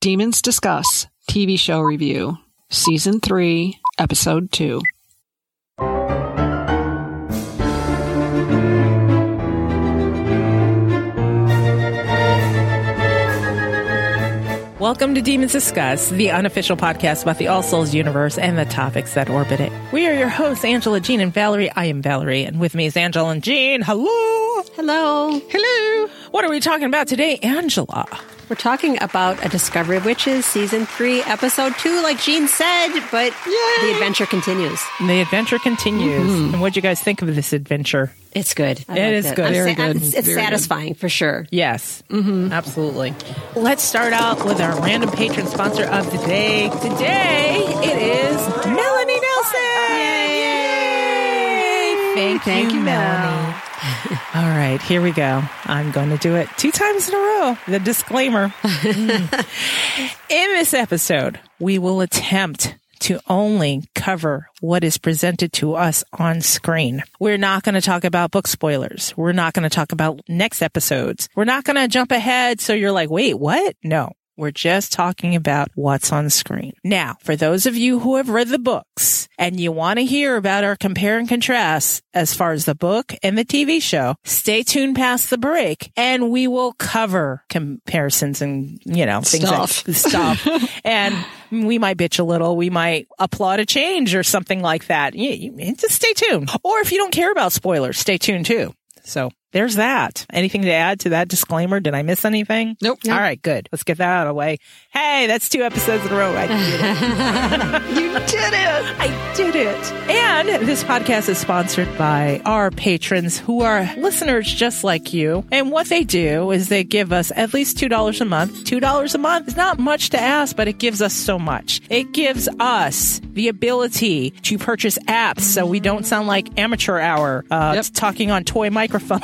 Demons Discuss TV Show Review, Season 3, Episode 2. Welcome to Demons Discuss, the unofficial podcast about the All Souls universe and the topics that orbit it. We are your hosts, Angela, Jean, and Valerie. I am Valerie, and with me is Angela and Jean. Hello. Hello. Hello. What are we talking about today, Angela? We're talking about A Discovery of Witches, Season 3, Episode 2, like Gene said, but the adventure continues. And the adventure continues. And what'd you guys think of this adventure? It's good. I It liked is good. Very I'm sa- good. It's, it's Very good. satisfying for sure. Yes, Mm-hmm. absolutely. Let's start out with our random patron sponsor of the day. Today it is Melanie Nelson. Yay! Thank, you, Melanie. All right, here we go. I'm going to do it two times in a row. The disclaimer. In this episode, we will attempt to only cover what is presented to us on screen. We're not going to talk about book spoilers. We're not going to talk about next episodes. We're not going to jump ahead so you're like, wait, what? No. We're just talking about what's on screen. Now, for those of you who have read the books and you want to hear about our compare and contrasts as far as the book and the TV show, stay tuned past the break and we will cover comparisons and, you know, things like- Stuff. stuff. and we might bitch a little. We might applaud a change or something like that. You, you- just stay tuned. Or if you don't care about spoilers, stay tuned too. So there's that. Anything to add to that disclaimer? Did I miss anything? Nope. All right, good. Let's get that out of the way. Hey, that's two episodes in a row. I did it. I did it. And this podcast is sponsored by our patrons who are listeners just like you. And what they do is they give us at least $2 a month. $2 a month is not much to ask, but it gives us so much. It gives us the ability to purchase apps so we don't sound like amateur hour uh, talking on toy microphones.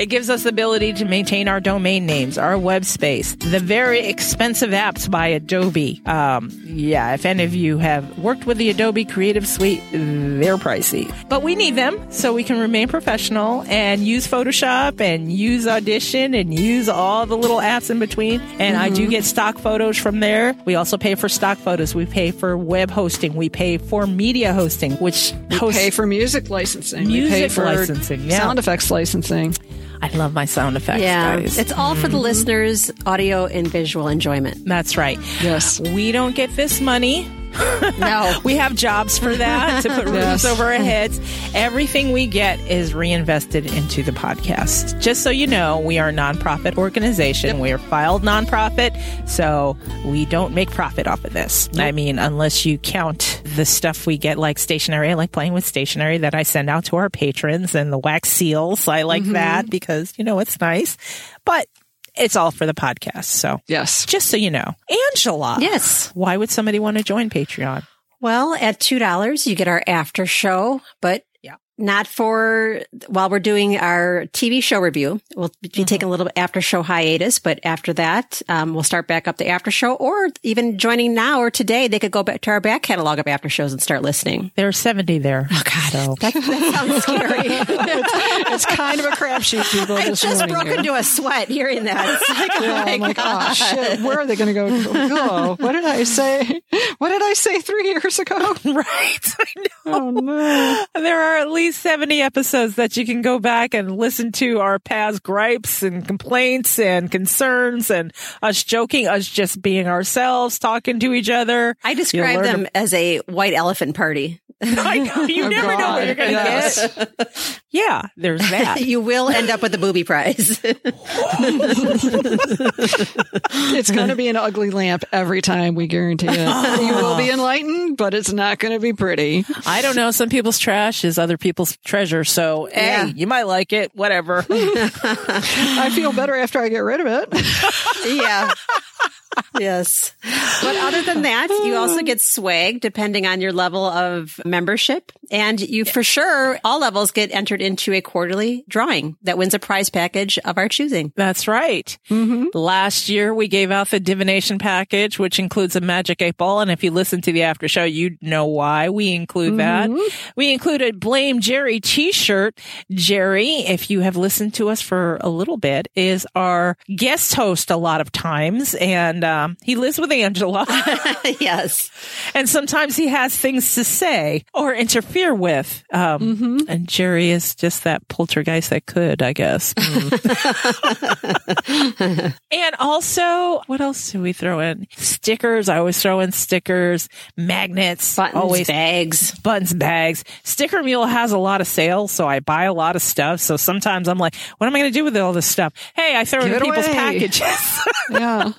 It gives us the ability to maintain our domain names, our web space, the very expensive apps by Adobe. Um, yeah, if any of you have worked with the Adobe Creative Suite, they're pricey. But we need them so we can remain professional and use Photoshop and use Audition and use all the little apps in between. And I Mm-hmm. do get stock photos from there. We also pay for stock photos. We pay for web hosting. We pay for media hosting, which hosts Pay for music licensing. We Music pay for licensing, yeah. Sound effects licensing. I love my sound effects, Yeah. guys. It's all for the listeners' audio and visual enjoyment. That's right. Yes. We don't get this money. No. We have jobs for that to put roofs over our heads. Everything we get is reinvested into the podcast. Just so you know, we are a nonprofit organization. We are filed nonprofit, so we don't make profit off of this. I mean, unless you count the stuff we get, like stationery. I like playing with stationery that I send out to our patrons and the wax seals. I like that because, you know, it's nice. But it's all for the podcast. So Yes. just so you know, Angela. Yes. Why would somebody want to join Patreon? Well, at $2, you get our after show, but Yeah. not for while we're doing our TV show review. We'll be taking a little after show hiatus, but after that, um, we'll start back up the after show or even joining now or today. They could go back to our back catalog of after shows and start listening. There are 70 there. Oh, God. So. That sounds scary. It's kind of a crapshoot, people. I this just morning broke here. into a sweat hearing that. It's like, Yeah, I'm like, oh shit, where are they going to go? Oh, what did I say? What did I say three years ago? right. I know. Oh no! There are at least 70 episodes that you can go back and listen to our past gripes and complaints and concerns and us joking, us just being ourselves, talking to each other. I describe learn them as a white elephant party. I know. You Oh, never know God. what you're going to Yes. get. Yeah, there's that. You will end up with a booby prize. It's going to be an ugly lamp every time. We guarantee it. You will be enlightened, but it's not going to be pretty. I don't know. Some people's trash is other people's treasure. So, hey, Yeah. you might like it. Whatever. I feel better after I get rid of it. yeah. yes. But other than that, you also get swag depending on your level of membership. And you for sure, all levels get entered into a quarterly drawing that wins a prize package of our choosing. That's right. Last year we gave out the divination package, which includes a magic eight ball. And if you listen to the after show, you know why we include that. We included Blame Jerry t-shirt. Jerry, if you have listened to us for a little bit, is our guest host a lot of times. And um, he lives with Angela. yes. and sometimes he has things to say or interfere with. Um, Mm-hmm. And Jerry is just that poltergeist that could, I guess. Mm. and also, what else do we throw in? Stickers. I always throw in stickers, magnets, Buttons, always bags. buttons, bags. Sticker Mule has a lot of sales, so I buy a lot of stuff. So sometimes I'm like, what am I going to do with all this stuff? Hey, I throw it Give in it people's away. packages. Yeah.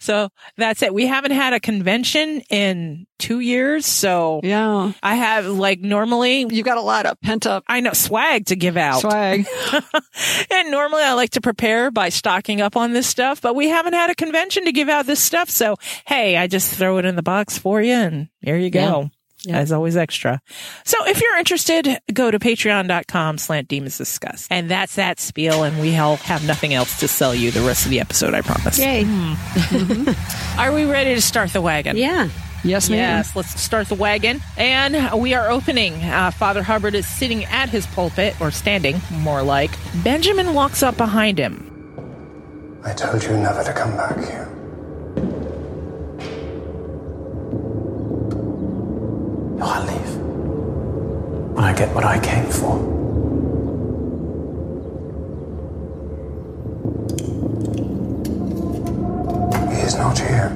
so that's it. We haven't had a convention in two years, so Yeah. I have like normally You've got a lot of pent up I know swag to give out. swag. and normally I like to prepare by stocking up on this stuff, but we haven't had a convention to give out this stuff. So, hey, I just throw it in the box for you and here you go. As always extra. So if you're interested, go to patreon.com slant demons discuss. And that's that spiel. And we all have nothing else to sell you the rest of the episode. I promise. Are we ready to start the wagon? Hmm. Yeah. Yes, ma'am. Yes, let's start the wagon. And we are opening. Uh, Father Hubbard is sitting at his pulpit, or standing, more like. Benjamin walks up behind him. I told you never to come back here. No, I leave. When I get what I came for. He is not here.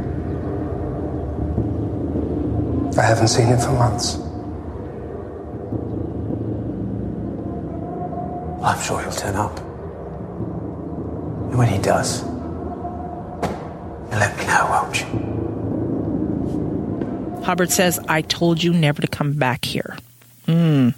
I haven't seen him for months. I'm sure he'll turn up. And when he does, you let me know, won't you? Hubbard says, I told you never to come back here. Hmm.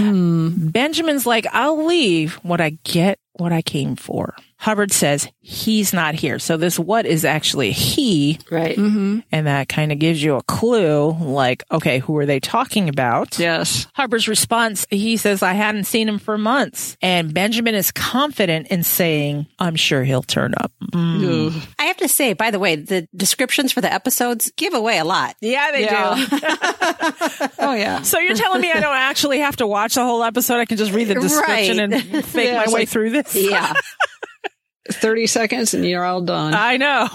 Benjamin's like, I'll leave when I get what I came for. Hubbard says, he's not here. So this what is actually he. Right. And that kind of gives you a clue like, okay, who are they talking about? Yes. Harper's response, he says, I hadn't seen him for months. And Benjamin is confident in saying, I'm sure he'll turn up. Ooh. I have to say, by the way, the descriptions for the episodes give away a lot. Yeah, they Yeah. Oh, yeah. So you're telling me I don't actually have to watch the whole episode? I can just read the description Right. and fake Yeah, my it's way like- through this? 30 seconds and you're all done. I know.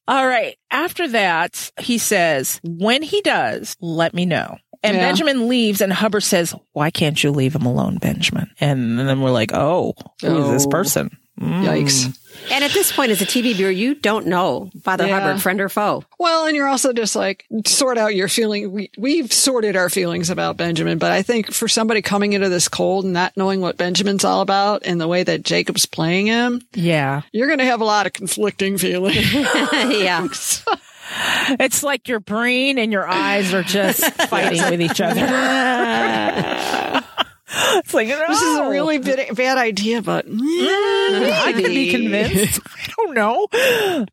All right. After that, he says, when he does, let me know. And Yeah. Benjamin leaves and Hubbard says, why can't you leave him alone, Benjamin? And then we're like, oh, who's this Oh. person? Mm. Yikes. And at this point, as a TV viewer, you don't know Father Yeah. Hubbard, friend or foe. Well, and you're also just like sort out your feeling. We, we've sorted our feelings about Benjamin, but I think for somebody coming into this cold and not knowing what Benjamin's all about and the way that Jacob's playing him, Yeah. you're going to have a lot of conflicting feelings. yeah. It's like your brain and your eyes are just fighting with each other. it's like This is a "No, really bad, bad idea, but I Oh. Mm, I can be convinced. I don't know.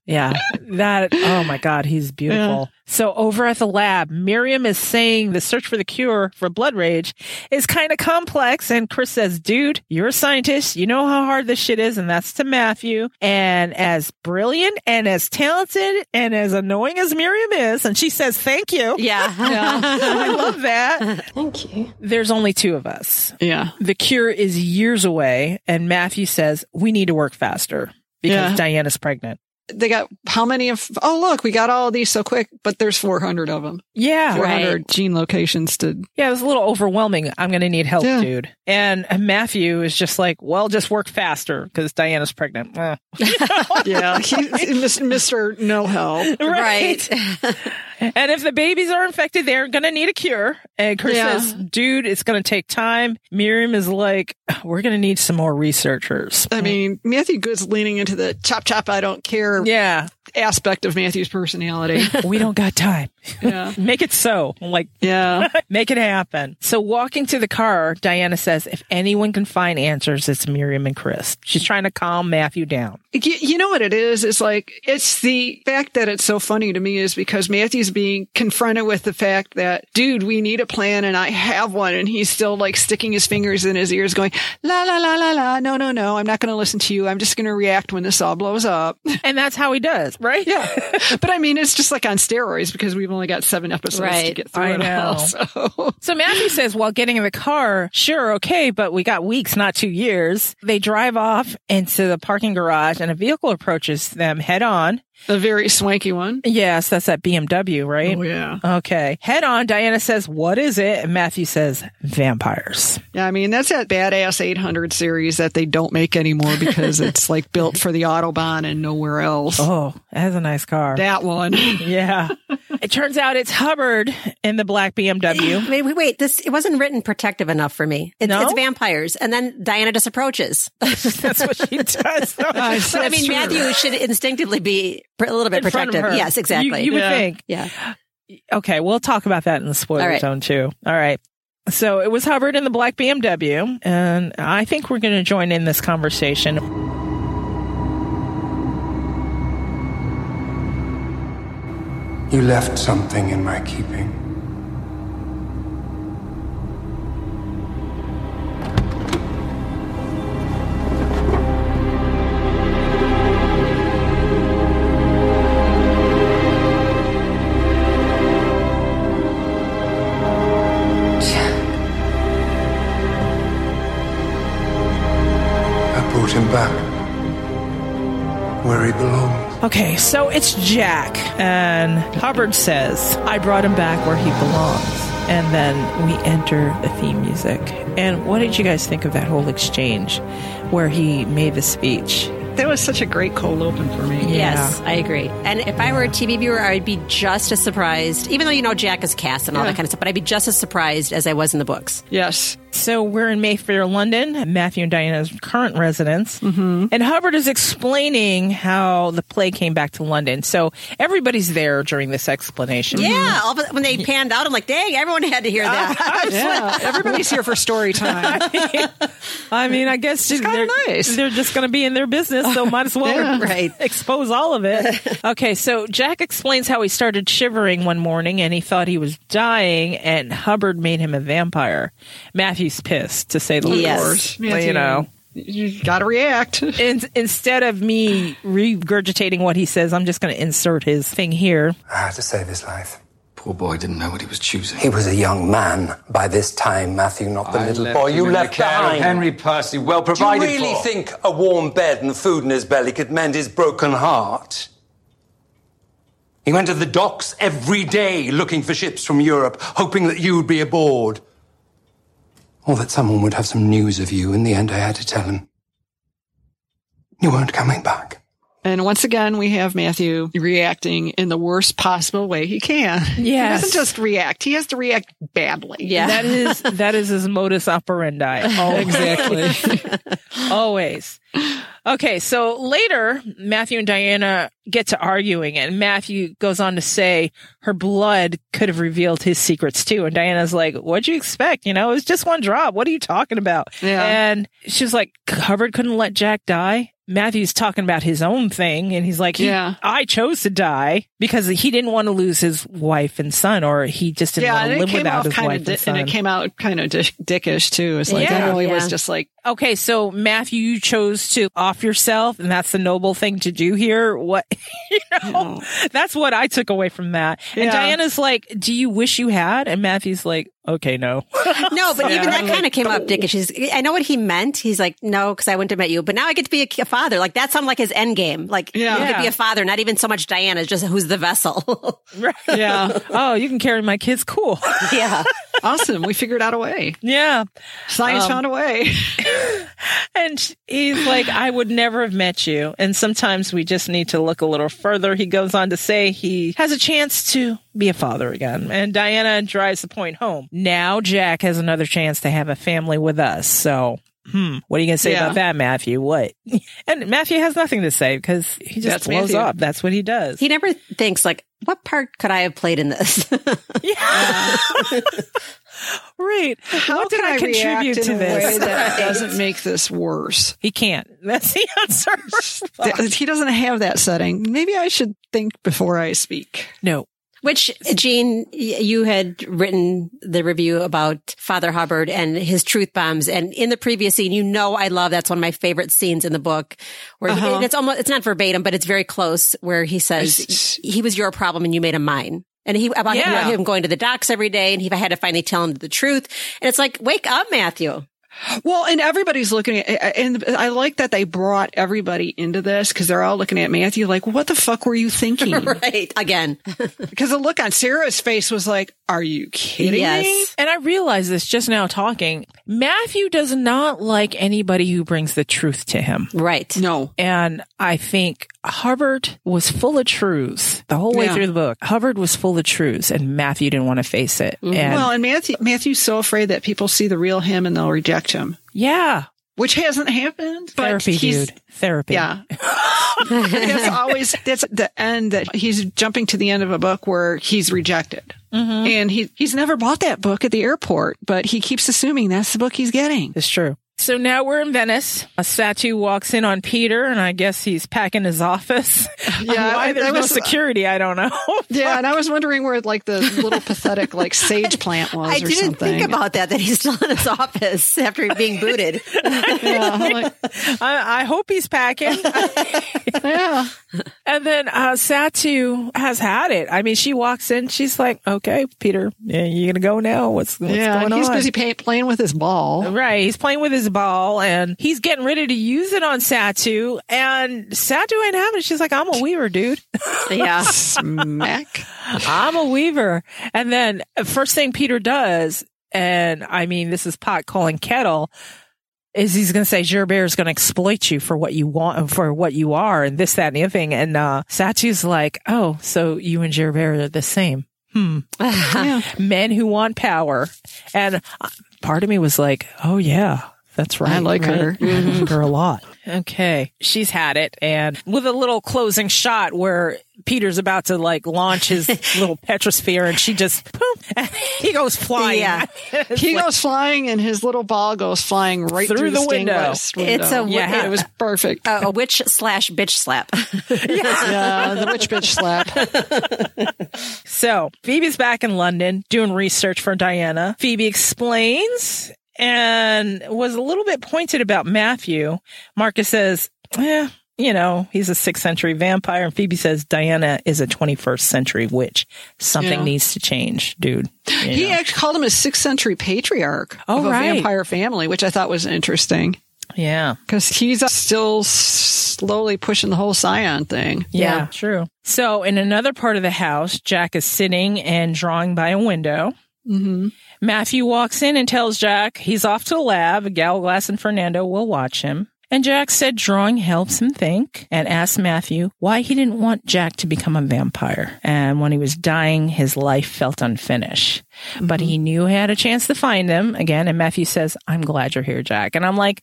Yeah, that. Oh my God, he's beautiful. So over at the lab, Miriam is saying the search for the cure for blood rage is kind of complex, and Chris says, "Dude, you're a scientist. You know how hard this shit is, and that's to Matthew. And as brilliant and as talented and as annoying as Miriam is, and she says, thank you. Yeah. I love that. Thank you. There's only two of us Yeah. the cure is years away and Matthew says we need to work faster because Yeah. Diana's pregnant. They got how many of, oh, look, we got all of these so quick, but there's 400 of them. Yeah. 400 gene locations to, Yeah, it was a little overwhelming. I'm going to need help, Yeah. dude. And Matthew is just like, well, just work faster because Diana's pregnant. Eh. yeah, he, Mr. No Help. right. And if the babies are infected, they're going to need a cure. And Chris Yeah. says, dude, it's going to take time. Miriam is like, we're going to need some more researchers. I mean, Matthew Good's leaning into the chop chop, I don't care Yeah, aspect of Matthew's personality. we don't got time. Yeah. Make it so. Like, Yeah. Make it happen. So walking to the car, Diana says, if anyone can find answers, it's Miriam and Chris. She's trying to calm Matthew down. You, you know what it is? It's like, it's the fact that it's so funny to me is because Matthew's being confronted with the fact that, dude, we need a plan and I have one. And he's still like sticking his fingers in his ears going, la, la, la, la, la. No, no, no. I'm not going to listen to you. I'm just going to react when this all blows up. And that's how he does, right? Yeah. but I mean, it's just like on steroids because we've only got seven episodes to Right. get through I it all. So. So Matthew says, while getting in the car, sure, okay, but we got weeks, not two years. They drive off into the parking garage and a vehicle approaches them head on. A very swanky one. Yes, that's that BMW, right? Oh, yeah. Okay. Head on. Diana says, what is it? And Matthew says, vampires. Yeah, I mean, that's that badass 800 series that they don't make anymore because it's like built for the Autobahn and nowhere else. Oh, that's a nice car. That one. yeah. It turns out it's Hubbard in the black BMW. I mean, we- wait, this, it wasn't written protective enough for me. It's, No? it's vampires. And then Diana just approaches. that's what she does. But I mean, Matthew should instinctively be pr- a little bit In front of protective. her. Yes, exactly. You, you would Yeah. think. yeah. Okay, we'll talk about that in the spoiler All right. zone too. All right. So it was Hubbard in the black BMW, and I think we're going to join in this conversation. You left something in my keeping. I brought him back where he belongs. Okay, so it's Jack, and Hubbard says, I brought him back where he belongs. And then we enter the theme music. And what did you guys think of that whole exchange where he made the speech? that was such a great cold open for me. Yes, I agree. And if I were a TV viewer, I'd be just as surprised, even though you know Jack is cast and all that kind of stuff, but I'd be just as surprised as I was in the books. Yes. So we're in Mayfair, London, Matthew and Diana's current residence. Mm-hmm. And Hubbard is explaining how the play came back to London. So everybody's there during this explanation. Yeah, all of a- when they panned out, I'm like, dang, everyone had to hear that. Yeah. Everybody's here for story time. I mean, I guess they're, kinda nice. they're just going to be in their business, so might as well right. expose all of it. Okay, so Jack explains how he started shivering one morning and he thought he was dying, and Hubbard made him a vampire. Matthew's pissed, to say the least. Yes. Matthew, You know. You got to react. in, instead of me regurgitating what he says, I'm just going to insert his thing here. I had to save his life. Poor boy didn't know what he was choosing. He was a young man by this time, Matthew, not the I little left boy him you in left the care of behind. Henry Percy, well Do you provided really for. think a warm bed and food in his belly could mend his broken heart? He went to the docks every day looking for ships from Europe, hoping that you would be aboard. Or that someone would have some news of you. In the end, I had to tell him. You weren't coming back. And once again, we have Matthew reacting in the worst possible way he can. Yes. He doesn't just react. He has to react badly. Yeah. That is that is his modus operandi. Always. Exactly. always. Okay, so later Matthew and Diana get to arguing, and Matthew goes on to say her blood could have revealed his secrets too. And Diana's like, "What'd you expect? You know, it was just one drop. What are you talking about?" Yeah. And she's like, "Hubbard couldn't let Jack die." Matthew's talking about his own thing, and he's like, he- Yeah. I chose to die because he didn't want to lose his wife and son, or he just didn't yeah, want and to it live came without out his kind wife of, and di- son." and it came out kind of dick- dickish too. It's like, Yeah. that really Yeah. was just like, Okay, so Matthew, you chose to off yourself, and that's the noble thing to do here. What you Oh. know, that's what I took away from that. And Yeah. Diana's like, "Do you wish you had?" And Matthew's like, "Okay, no." no, but even that Yeah. kind of came up dickish. He's, I know what he meant. He's like, no, because I wouldn't have met you, but now I get to be a, ki- a father. Like that sounded like his end game. Like Yeah. you get to be Yeah. a father, not even so much Diana, just who's the vessel. yeah, oh, you can carry my kids. Cool. yeah. awesome. We figured out a way. yeah. Science found a way. And sh- he's like, I would never have met you. And sometimes we just need to look a little further. He goes on to say he has a chance to be a father again. And Diana drives the point home. Now Jack has another chance to have a family with us. So, hmm, what are you going to say Yeah. about that, Matthew? What? And Matthew has nothing to say because he just That's blows Matthew. up. That's what he does. He never thinks like, what part could I have played in this? right. How what can I, contribute react in to a this? way that doesn't make this worse? he can't. That's the answer. That- He doesn't have that setting. Maybe I should think before I speak. no. Which, Gene, y- you had written the review about Father Hubbard and his truth bombs. And in the previous scene, you know, I love that's one of my favorite scenes in the book where he- Uh-huh. and it's almost, it's not verbatim, but it's very close where he says, he was your problem and you made him mine. And he, about him- Yeah. him going to the docks every day and he had to finally tell him the truth. And it's like, wake up, Matthew. Well, and everybody's looking at, and I like that they brought everybody into this because they're all looking at Matthew like, what the fuck were you thinking? right. Again. Because the look on Sarah's face was like, are you kidding me? yes. And I realized this just now talking. Matthew does not like anybody who brings the truth to him. Right. No. And I think Hubbard was full of truths the whole way Yeah. through the book. Hubbard was full of truths and Matthew didn't want to face it. And Mm-hmm. Well, and Matthew, Matthew's so afraid that people see the real him and they'll reject him, yeah, which hasn't happened. But therapy, he's, dude. Therapy. Yeah. that's always that's the end that he's jumping to the end of a book where he's rejected. And he he's never bought that book at the airport, but he keeps assuming that's the book he's getting. It's true. So now we're in Venice. A statue walks in on Peter, and I guess he's packing his office. Yeah, why I- there's I no was- uh, security, I don't know. Yeah, and I was wondering where like the little pathetic like sage plant was I or didn't something. think about that, that he's still in his office after being booted. yeah, I'm like, I, I hope he's packing. yeah. and then uh, Satu has had it. I mean, she walks in. She's like, "Okay, Peter, yeah, you're gonna go now. What's, what's yeah, going and he's on?" busy pay- playing with his ball. Right. He's playing with his ball and he's getting ready to use it on Satu. And Satu ain't having it. She's like, I'm a weaver, dude. yeah. Smack. I'm a weaver. And then uh, first thing Peter does, and I mean, this is pot calling kettle, is he's going to say, your bear is going to exploit you for what you want and for what you are and this, that, and the other thing. And, uh, Satu's like, Oh, so you and your bear are the same. Hmm. Uh, Men who want power. And uh, part of me was like, Oh yeah. That's right. like right. her. I like her a lot. Okay. She's had it. And with a little closing shot where Peter's about to like launch his little petrosphere and she just, boom, and he goes flying. Yeah. He goes flying, and his little ball goes flying right Through through, the the stained window. glass window. It's a wi- Yeah. it was perfect. a witch slash bitch slap. yeah, the witch bitch slap. So Phoebe's back in London doing research for Diana. Phoebe explains and was a little bit pointed about Matthew. Marcus says, eh, you know, he's a sixth century vampire. And Phoebe says, Diana is a 21st century witch. Something Yeah. needs to change, dude. You He know. actually called him a sixth century patriarch Oh, of a right. vampire family, which I thought was interesting yeah. because he's still s- slowly pushing the whole scion thing. Yeah, true. So, in another part of the house, Jack is sitting and drawing by a window. Mm-hmm. Matthew walks in and tells Jack he's off to the lab. Galglass and Fernando will watch him. And Jack said drawing helps him think and asked Matthew why he didn't want Jack to become a vampire. And when he was dying, his life felt unfinished. But Mm-hmm. he knew he had a chance to find him again. And Matthew says, I'm glad you're here, Jack. And I'm like,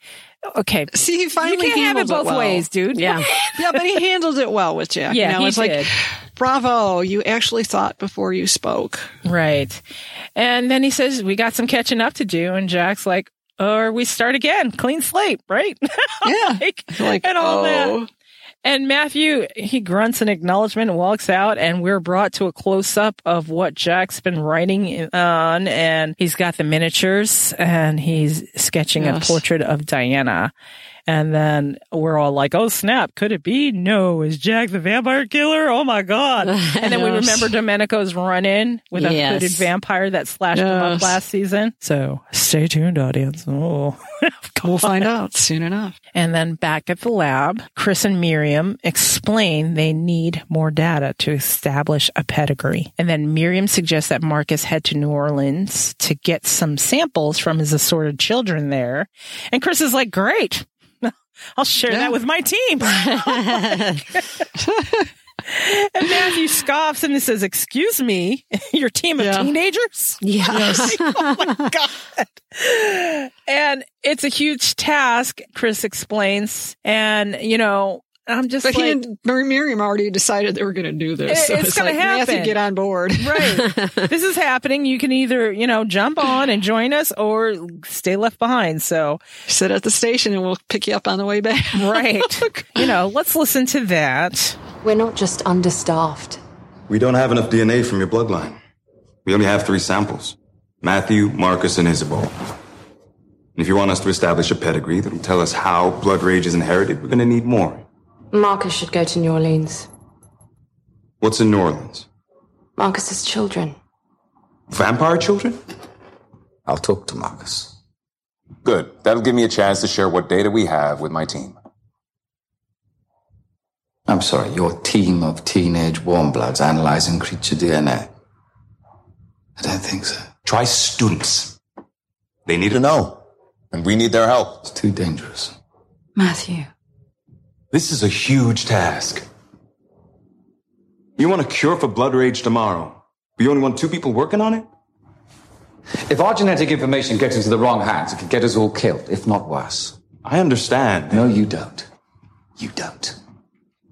okay. See, he You finally can't have it handled both well. ways, dude. Yeah. yeah, but he handled it well with Jack. Yeah, you know, he it's did. like, bravo, you actually thought before you spoke. Right. And then he says, We got some catching up to do. And Jack's like, Or we start again, clean slate, right? Yeah, like, like and all oh, that. And Matthew, he grunts an acknowledgement and walks out. And we're brought to a close up of what Jack's been writing on. And he's got the miniatures and he's sketching a Yes. portrait of Diana. And then we're all like, oh snap, could it be? No, is Jack the vampire killer? Oh my God. And then we Yes. remember Domenico's run in with a Yes. hooded vampire that slashed him up Yes. last season. So stay tuned, audience. Oh, we'll find out soon enough. and then back at the lab, Chris and Miriam explain they need more data to establish a pedigree. And then Miriam suggests that Marcus head to New Orleans to get some samples from his assorted children there. And Chris is like, great. I'll share that with my team. and Matthew scoffs and says, Excuse me, your team of Yeah. teenagers? Yeah. oh my god! And it's a huge task. Chris explains, and you know. I'm just But like, he and Mir- Miriam already decided they were going to do this. It- so it's gonna like, Matthew, happen. get on board. right. this is happening. You can either, you know, jump on and join us or stay left behind. So, Sit at the station and we'll pick you up on the way back. right. you know, let's listen to that. We're not just understaffed. We don't have enough DNA from your bloodline. We only have three samples Matthew, Marcus, and Isabel. And if you want us to establish a pedigree that'll tell us how Blood Rage is inherited, we're going to need more. Marcus should go to New Orleans. What's in New Orleans? Marcus's children. Vampire children? I'll talk to Marcus. Good. That'll give me a chance to share what data we have with my team. I'm sorry, your team of teenage warmbloods analyzing creature DNA. I don't think so. Try students. They need to know. And we need their help. It's too dangerous. Matthew. This is a huge task. You want a cure for Blood Rage tomorrow, but you only want two people working on it? If our genetic information gets into the wrong hands, it could get us all killed, if not worse. I understand. No, you don't. You don't.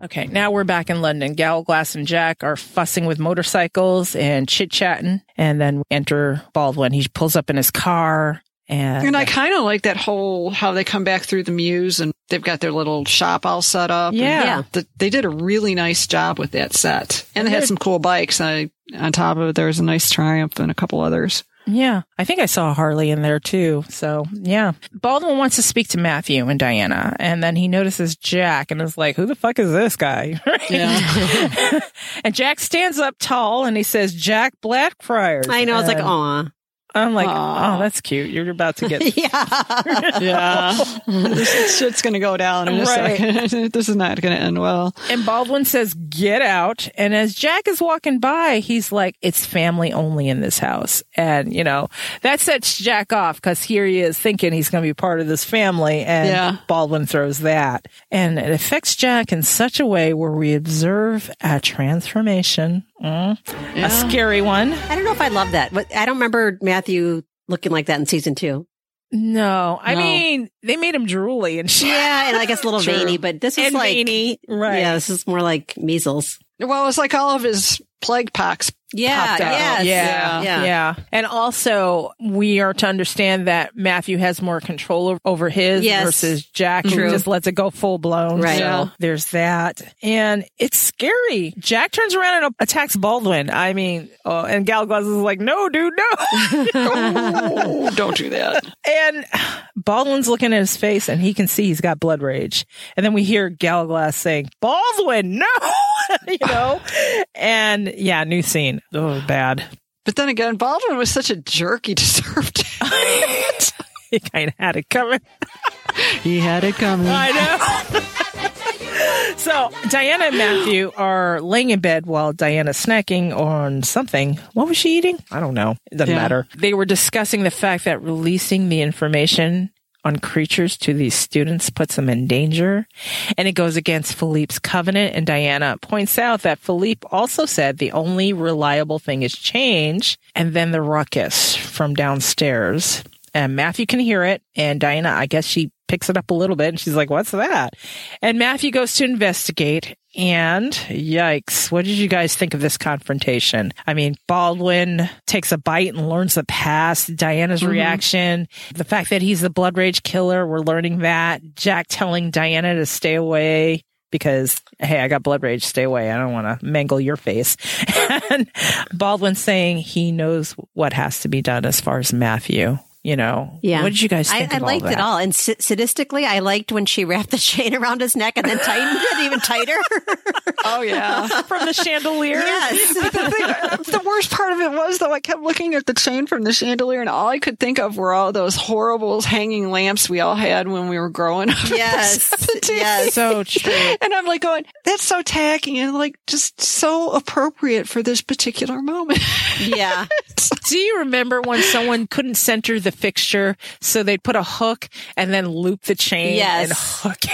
Okay, now we're back in London. Gal, Glass, and Jack are fussing with motorcycles and chit chatting, and then we enter Baldwin. He pulls up in his car, and, And I kind of like that whole how they come back through the Muse and they've got their little shop all set up. and Yeah. Yeah. th- they did a really nice job with that set, and they had some cool bikes. I, on top of it, there was a nice Triumph and a couple others. yeah, I think I saw Harley in there too. So yeah, Baldwin wants to speak to Matthew and Diana, and then he notices Jack and is like, "Who the fuck is this guy?" Yeah, and Jack stands up tall and he says, "Jack Blackfriars." I know. I was like, And aw. I'm like, Aw. oh, that's cute. You're about to get Yeah. yeah. this, this shit's gonna go down in a Right. second. this is not gonna end well. And Baldwin says, Get out. And as Jack is walking by, he's like, It's family only in this house. And, you know, that sets Jack off because here he is thinking he's going to be part of this family. And Yeah. Baldwin throws that. And it affects Jack in such a way where we observe a transformation, Mm. a scary one. I don't know if I love that. But I don't remember Matthew looking like that in season two. No, I No. mean, they made him drooly and shit. Yeah, and I guess a little True. veiny, but this is And like veiny, right. Yeah, this is more like measles. Well, it's like all of his plague pox. Yeah, Popped out. yes, Yeah, yeah, yeah. And also, we are to understand that Matthew has more control over his Yes. versus Jack, who True. just lets it go full blown. Right. So Yeah. there's that, and it's scary. Jack turns around and attacks Baldwin. I mean, oh, and Galgos is like, "No, dude, no." Oh, don't do that. and Baldwin's looking at his face, and he can see he's got blood rage. And then we hear Galglass saying, "Baldwin, no." you know, and yeah, new scene. Oh, bad. But then again, Baldwin was such a jerk. He deserved it. he kind of had it coming. He had it coming. I know. so Diana and Matthew are laying in bed while Diana's snacking on something. What was she eating? I don't know. It doesn't Yeah. matter. They were discussing the fact that releasing the information on creatures to these students puts them in danger and it goes against Philippe's covenant and Diana points out that Philippe also said the only reliable thing is change and then the ruckus from downstairs and Matthew can hear it. And Diana, I guess she picks it up a little bit and she's like, what's that? And Matthew goes to investigate. And yikes, what did you guys think of this confrontation? I mean, Baldwin takes a bite and learns the past, Diana's reaction, the fact that he's the blood rage killer, we're learning that. Jack telling Diana to stay away because hey, I got blood rage. Stay away. I don't want to mangle your face. and Baldwin saying he knows what has to be done as far as Matthew. You know, Yeah. What did you guys think? I, I of liked all that? it all. And sa- sadistically, I liked when she wrapped the chain around his neck and then tightened it even tighter. Oh yeah. from the chandelier. yes. the, thing- the worst part of it was though I kept looking at the chain from the chandelier and all I could think of were all those horrible hanging lamps we all had when we were growing up. in the Yes. 70s. Yes. So true. And I'm like going, that's so tacky and like just so appropriate for this particular moment. Yeah. Do you remember when someone couldn't center the fixture, so they'd put a hook and then loop the chain Yes. and hook it?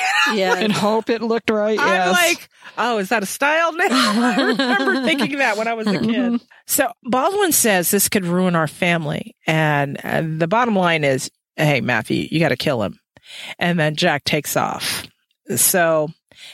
up? and Yeah. hope it looked right. I'm yes. like, oh, is that a style now? I remember thinking that when I was a kid. So Baldwin says this could ruin our family. And uh, the bottom line is, hey, Matthew, you got to kill him. And then Jack takes off. So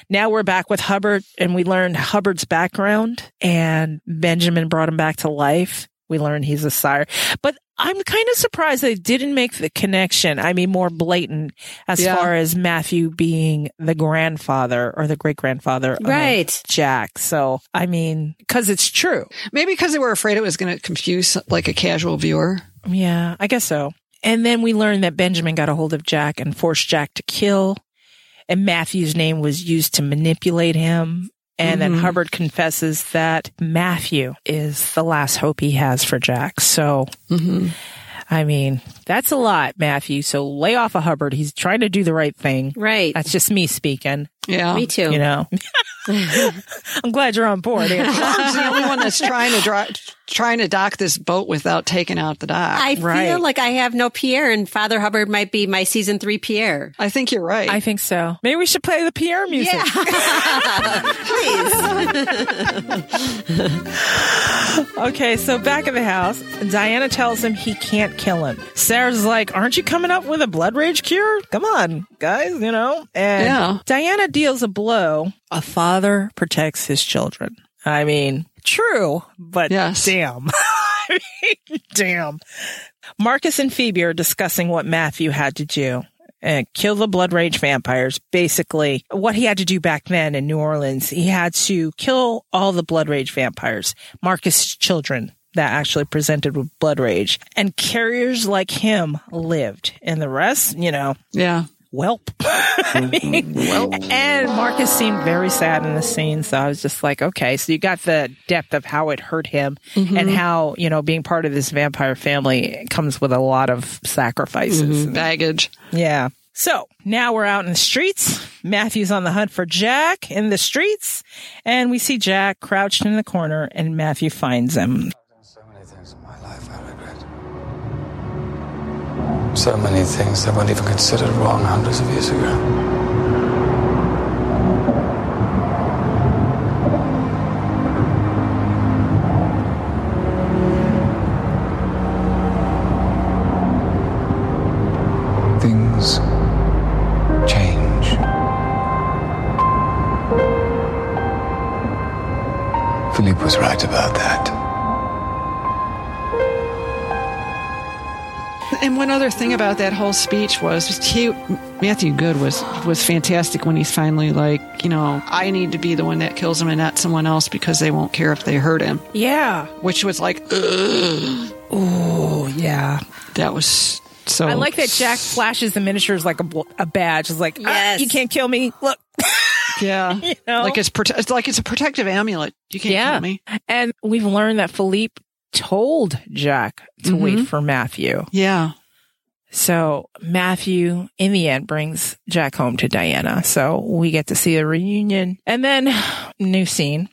Now we're back with Hubbard and we learned Hubbard's background and Benjamin brought him back to life. We learned he's a sire, but I'm kind of surprised they didn't make the connection. I mean, more blatant as Yeah. far as Matthew being the grandfather or the great grandfather Right. of Jack. So, I mean, cause it's true. Maybe because they were afraid it was going to confuse like a casual viewer. Yeah, I guess so. And then we learned that Benjamin got a hold of Jack and forced Jack to kill. And Matthew's name was used to manipulate him. And then Hubbard confesses that Matthew is the last hope he has for Jack. So, I mean, that's a lot, Matthew. So lay off of Hubbard. He's trying to do the right thing. Right. That's just me speaking, Yeah. Me too. you know. I'm glad you're on board. Angela. I'm the only one that's trying to dri trying to dock this boat without taking out the dock. I I, Right. feel like I have no Pierre and Father Hubbard might be my season three Pierre. think you're right. I think so. Maybe we should play the Pierre music. Please. Okay, so back at the house, Diana tells him he can't kill him. Sarah's like, Aren't you coming up with a blood rage cure? Come on, guys, you know? And Yeah. Diana deals a blow. A father protects his children. I mean, true, but Yes. damn. I mean, damn. Marcus and Phoebe are discussing what Matthew had to do. And kill the blood rage vampires. Basically, what he had to do back then in New Orleans, he had to kill all the blood rage vampires, Marcus' children that actually presented with blood rage. And carriers like him lived. And the rest, you know, yeah. Welp. I mean, And Marcus seemed very sad in the scene. So I was just like, okay, so you got the depth of how it hurt him and how, you know, being part of this vampire family comes with a lot of sacrifices. Baggage. Yeah. So now we're out in the streets. Matthew's on the hunt for Jack in the streets. And we see Jack crouched in the corner and Matthew finds him. So many things in my life I regret. So many things I wouldn't even consider wrong hundreds of years ago. Things change. Philippe was right about that. And one other thing about that whole speech was he, Matthew Good was was fantastic when he's finally like, you know, I need to be the one that kills him and not someone else because they won't care if they hurt him. Yeah. Which was like, ugh, Oh, yeah. that was so. I like that Jack flashes the miniatures like a, bl- a badge. It's like, ah, Yes. you can't kill me. Look. Yeah, know? like it's prote- it's like it's a protective amulet. You can't kill me. And we've learned that Philippe told Jack to wait for Matthew. Yeah, So Matthew, in the end, brings Jack home to Diana. So we get to see a reunion. And then, new scene.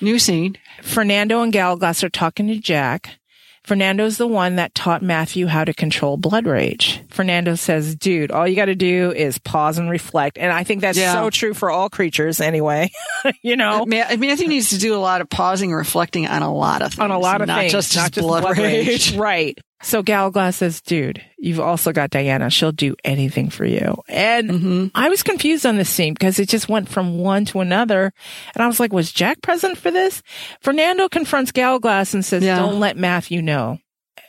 new scene. Fernando and Galglass are talking to Jack. Fernando's the one that taught Matthew how to control blood rage. Fernando says, dude, all you got to do is pause and reflect. And I think that's Yeah. so true for all creatures anyway. you know? Ma- Matthew needs to do a lot of pausing, and reflecting on a lot of things, on a lot of not things, just his blood, rage. right? So Gal Glass says, "Dude, you've also got Diana. She'll do anything for you." And Mm-hmm. I was confused on this scene because it just went from one to another, and I was like, "Was Jack present for this?" Fernando confronts Gal Glass and says, Yeah. "Don't let Matthew know."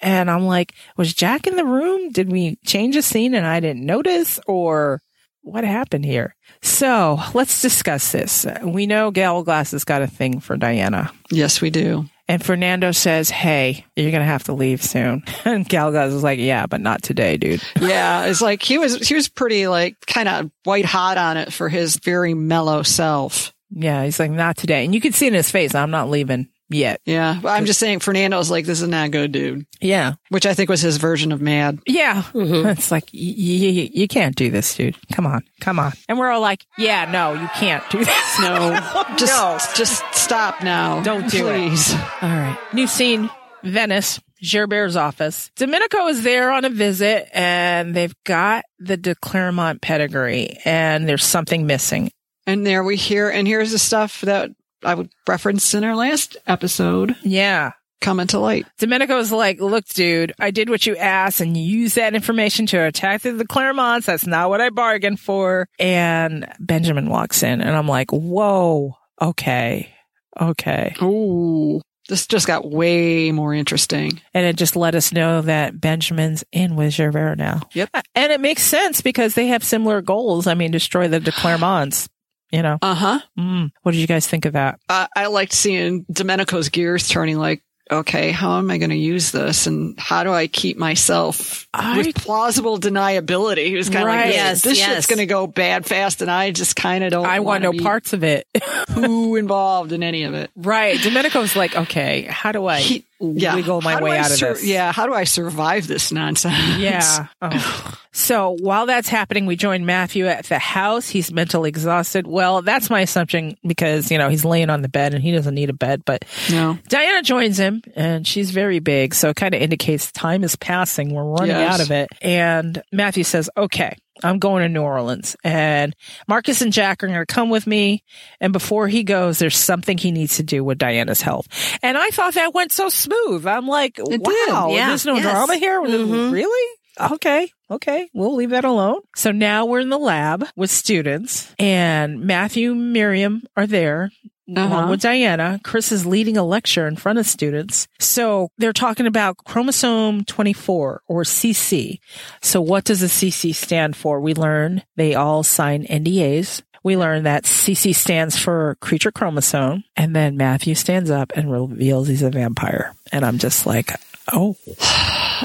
And I'm like, "Was Jack in the room? Did we change a scene and I didn't notice, or?" What happened here? So let's discuss this. We know Gal Glass has got a thing for Diana. Yes, we do. And Fernando says, Hey, you're going to have to leave soon. And Galgaz is like, Yeah, but not today, dude. Yeah, it's like he was he was pretty like kind of white hot on it for his very mellow self. Yeah, he's like, Not today. And you can see in his face, I'm not leaving yet. Yeah, but I'm just saying Fernando's like this is not good, dude. Yeah. Which I think was his version of mad. Yeah. It's like, y- y- y- You can't do this, dude. Come on. Come on. And we're all like, Yeah, no, you can't do this. No, just No. just stop now. Don't do it. please. All right. New scene Venice, Gerbert's office. Domenico is there on a visit and they've got the de Clermont pedigree and there's something missing. And there we hear, and here's the stuff that I would reference in our last episode. Yeah. coming to light. Domenico's like, look, dude, I did what you asked and you used that information to attack the, the Claremonts. That's not what I bargained for. And Benjamin walks in and I'm like, whoa, okay, okay. Ooh. This just got way more interesting. And it just let us know that Benjamin's in with Gervais now. Yep. And it makes sense because they have similar goals. I mean, destroy the, the Claremonts, you know. Uh-huh. Mm. What did you guys think of that? I, I liked seeing Domenico's gears turning like, okay, how am I going to use this? And how do I keep myself I- with plausible deniability? He was kind of Right. like, this, Yes, this yes. shit's going to go bad fast. And I just kind of don't I wanna want no be parts of it. Who involved in any of it. right. Domenico's like, okay, how do I He- yeah. wiggle my How do way I out of sur- this? Yeah. How do I survive this nonsense? Yeah. Oh. So while that's happening, we join Matthew at the house. He's mentally exhausted. Well, that's my assumption because, you know, he's laying on the bed and he doesn't need a bed, but No. Diana joins him and she's very big. So it kind of indicates time is passing. We're running Yes. out of it. And Matthew says, okay, I'm going to New Orleans and Marcus and Jack are going to come with me. And before he goes, there's something he needs to do with Diana's health. And I thought that went so smooth. I'm like, did, wow, yeah, there's no yes. drama here. Mhm. Really? Okay. Okay. We'll leave that alone. So now we're in the lab with students and Matthew and Miriam are there along Uh-huh. with Diana. Chris is leading a lecture in front of students. So they're talking about chromosome 24 or CC. So what does the CC stand for? We learn they all sign NDAs. We learn that CC stands for creature chromosome. And then Matthew stands up and reveals he's a vampire. And I'm just like, oh,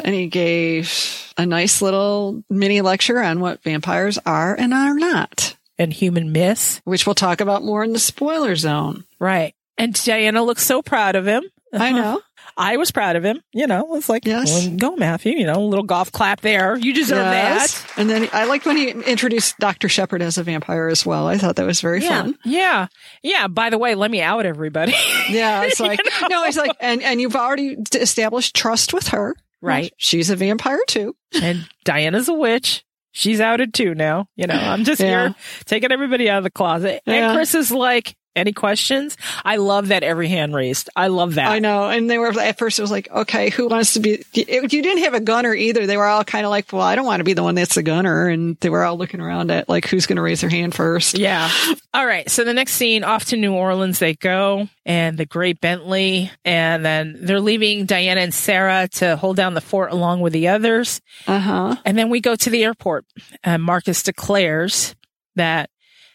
And he gave a nice little mini lecture on what vampires are and are not, and human miss. which we'll talk about more in the spoiler zone. Right. And Diana looks so proud of him. I know. I was proud of him. You know, it's like, Yes. well, go, Matthew. You know, a little golf clap there. You deserve Yes. And then I liked when he introduced Dr. Shepard as a vampire as well. I thought that was very Yeah. fun. that. Yeah. Yeah. By the way, let me out, everybody. Yeah. It's like, no, it's like, and, and you've already d- established trust with her. Right. She's a vampire too. and Diana's a witch. She's outed too now. You know, I'm just Yeah. here taking everybody out of the closet. Yeah. And Chris is like, any questions? I love that every hand raised. I love that. I know. And they were, at first it was like, okay, who wants to be, it, you didn't have a gunner either. They were all kind of like, well, I don't want to be the one that's the gunner. And they were all looking around at like, who's going to raise their hand first? Yeah. All right. So the next scene, off to New Orleans they go, and the great Bentley, and then they're leaving Diana and Sarah to hold down the fort along with the others. Uh huh. And then we go to the airport. And Marcus declares that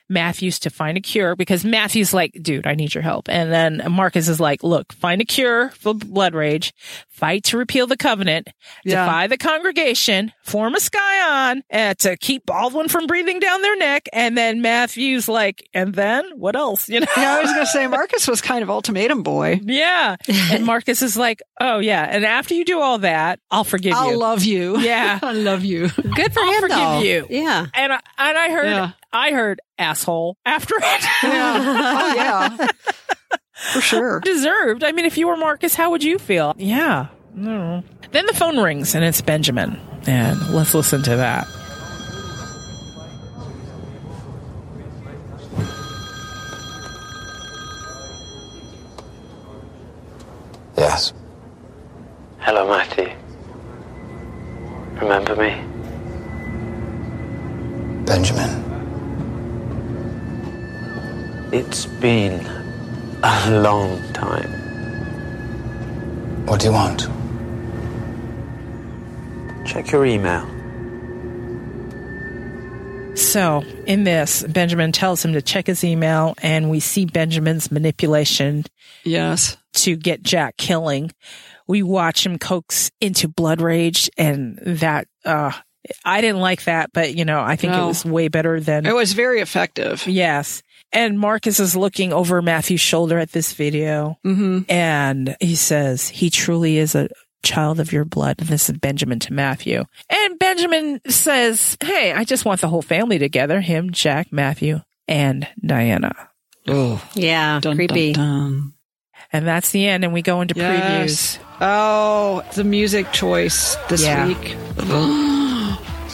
Matthews to find a cure because Matthew's like, dude, I need your help. And then Marcus is like, look, find a cure for blood rage, fight to repeal the covenant, Yeah. defy the congregation, form a scion uh, to keep Baldwin from breathing down their neck. And then Matthew's like, and then what else? You know? Yeah, I was going to say, Marcus was kind of ultimatum boy. yeah. And Marcus is like, oh, yeah. And after you do all that, I'll forgive I'll you. love you. Yeah. I love you. Good for him, forgive though. you. Yeah. and I, and I heard Yeah. I heard asshole after it Oh, yeah. For sure. deserved. I mean, if you were Marcus, how would you feel? Yeah. No. Then the phone rings and it's Benjamin, and let's listen to that. Yes. Hello, Matthew. Remember me? Benjamin. It's been a long time. What do you want? Check your email. So, in this, Benjamin tells him to check his email, and we see Benjamin's manipulation Yes. to get Jack killing. We watch him coax into blood rage, and that, uh, I didn't like that, but you know, I think it No. was way better than It was very effective. Yes. And Marcus is looking over Matthew's shoulder at this video Mm-hmm. and he says, he truly is a child of your blood. And this is Benjamin to Matthew. And Benjamin says, Hey, I just want the whole family together him, Jack, Matthew, and Diana. Oh, Yeah. creepy. And that's the end. And we go into Yes. Oh, the music choice this Yeah. week. previews.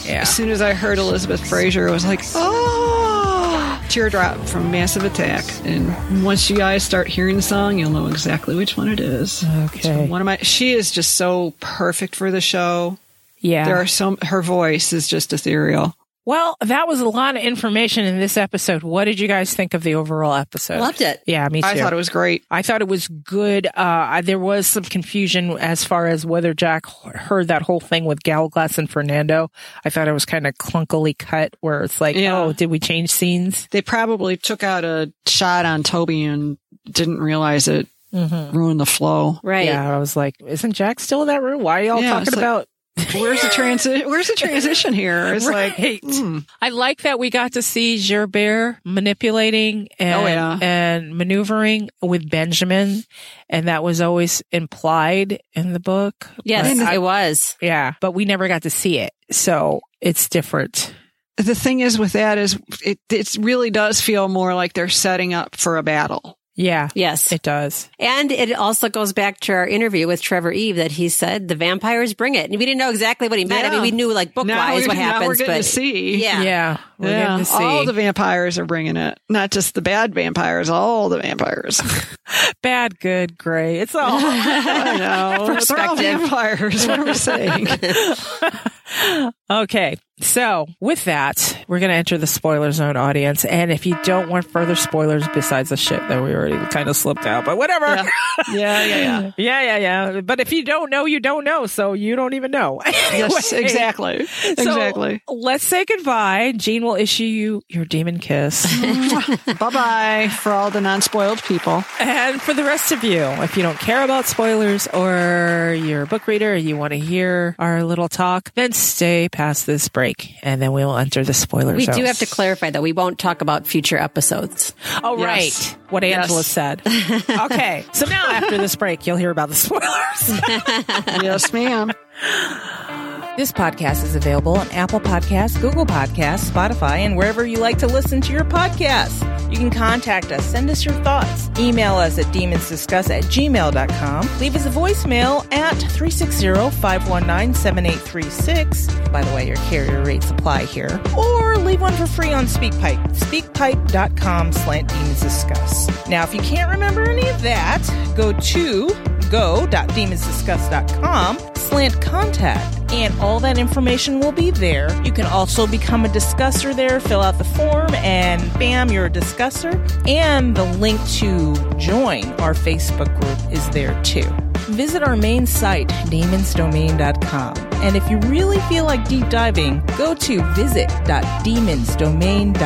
Yeah. As soon as I heard Elizabeth Fraser, I was like, oh, Teardrop from Massive Attack. And once you guys start hearing the song, you'll know exactly which one it is. It's from Okay. One of my she is just so perfect for the show. Yeah. There are some her voice is just ethereal. Well, that was a lot of information in this episode. What did you guys think of the overall episode? Loved it. Yeah, me too. I thought it was great. I thought it was good. Uh, I, there was some confusion as far as whether Jack h- heard that whole thing with Galglass and Fernando. I thought it was kind of clunkily cut, where it's like, Yeah. oh, did we change scenes? They probably took out a shot on Toby and didn't realize it ruined the flow. Right. Yeah, I was like, isn't Jack still in that room? Why are y'all Yeah, talking it's like- about? Where's the transi- Where's the transition here? It's like hmm. Right. I like that we got to see Gerbert manipulating and, Oh, yeah. and maneuvering with Benjamin, and that was always implied in the book. Yes, But I- it was. yeah, but we never got to see it, so it's different. the thing is with that is it it really does feel more like they're setting up for a battle. Yeah, Yes. it does. And it also goes back to our interview with Trevor Eve that he said the vampires bring it. And we didn't know exactly what he meant. I mean, Yeah. we knew like book Now wise we- what now happens, we're getting but to see. yeah, Yeah, we're Yeah. getting to see. all the vampires are bringing it. Not just the bad vampires, all the vampires. Bad, good, gray. It's all. I know. They're all Perspective. vampires. What am I saying? okay. So, with that, we're going to enter the spoiler zone audience. And if you don't want further spoilers besides the shit that we already kind of slipped out, but whatever. Yeah. Yeah, yeah, yeah. yeah, yeah, yeah. But if you don't know, you don't know. So, you don't even know. Yes, Anyway. exactly. So, Exactly. Let's say goodbye. Gene will issue you your demon kiss. bye bye for all the non spoiled people. And for the rest of you, if you don't care about spoilers or you're a book reader and you want to hear our little talk, then stay past this break and then we will enter the spoilers. we do have to clarify that we won't talk about future episodes. Oh, Yes. right. What Angela Yes. said. okay. So now after this break, you'll hear about the spoilers. Yes, ma'am. This podcast is available on Apple Podcasts, Google Podcasts, Spotify, and wherever you like to listen to your podcasts. You can contact us, send us your thoughts, email us at demonsdiscuss at gmail.com, leave us a voicemail at 360-519-7836. By the way, your carrier rates apply here. Or leave one for free on SpeakPipe, speakpipe.com slant demonsdiscuss. Now, if you can't remember any of that, go to go.demonsdiscuss.com slant contact and all that information will be there you can also become a discusser there fill out the form and bam you're a discusser and the link to join our facebook group is there too visit our main site demonsdomain.com and if you really feel like deep diving go to visit.demonsdomain.com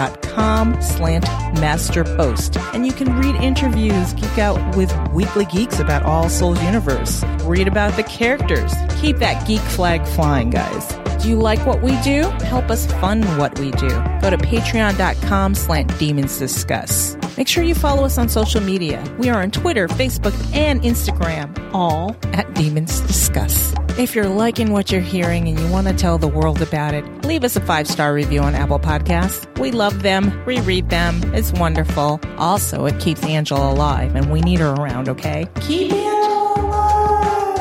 slant master post and you can read interviews geek out with weekly geeks about all souls universe read about the characters keep that geek flag flying guys do you like what we do help us fund what we do go to patreon.com slant demons discuss make sure you follow us on social media we are on twitter facebook and instagram all at demons discuss if you're liking what you're hearing and you want to tell the world about it, leave us a five star review on Apple Podcasts. We love them. We read them. It's wonderful. Also, it keeps Angela alive, and we need her around, okay? Keep Angela alive.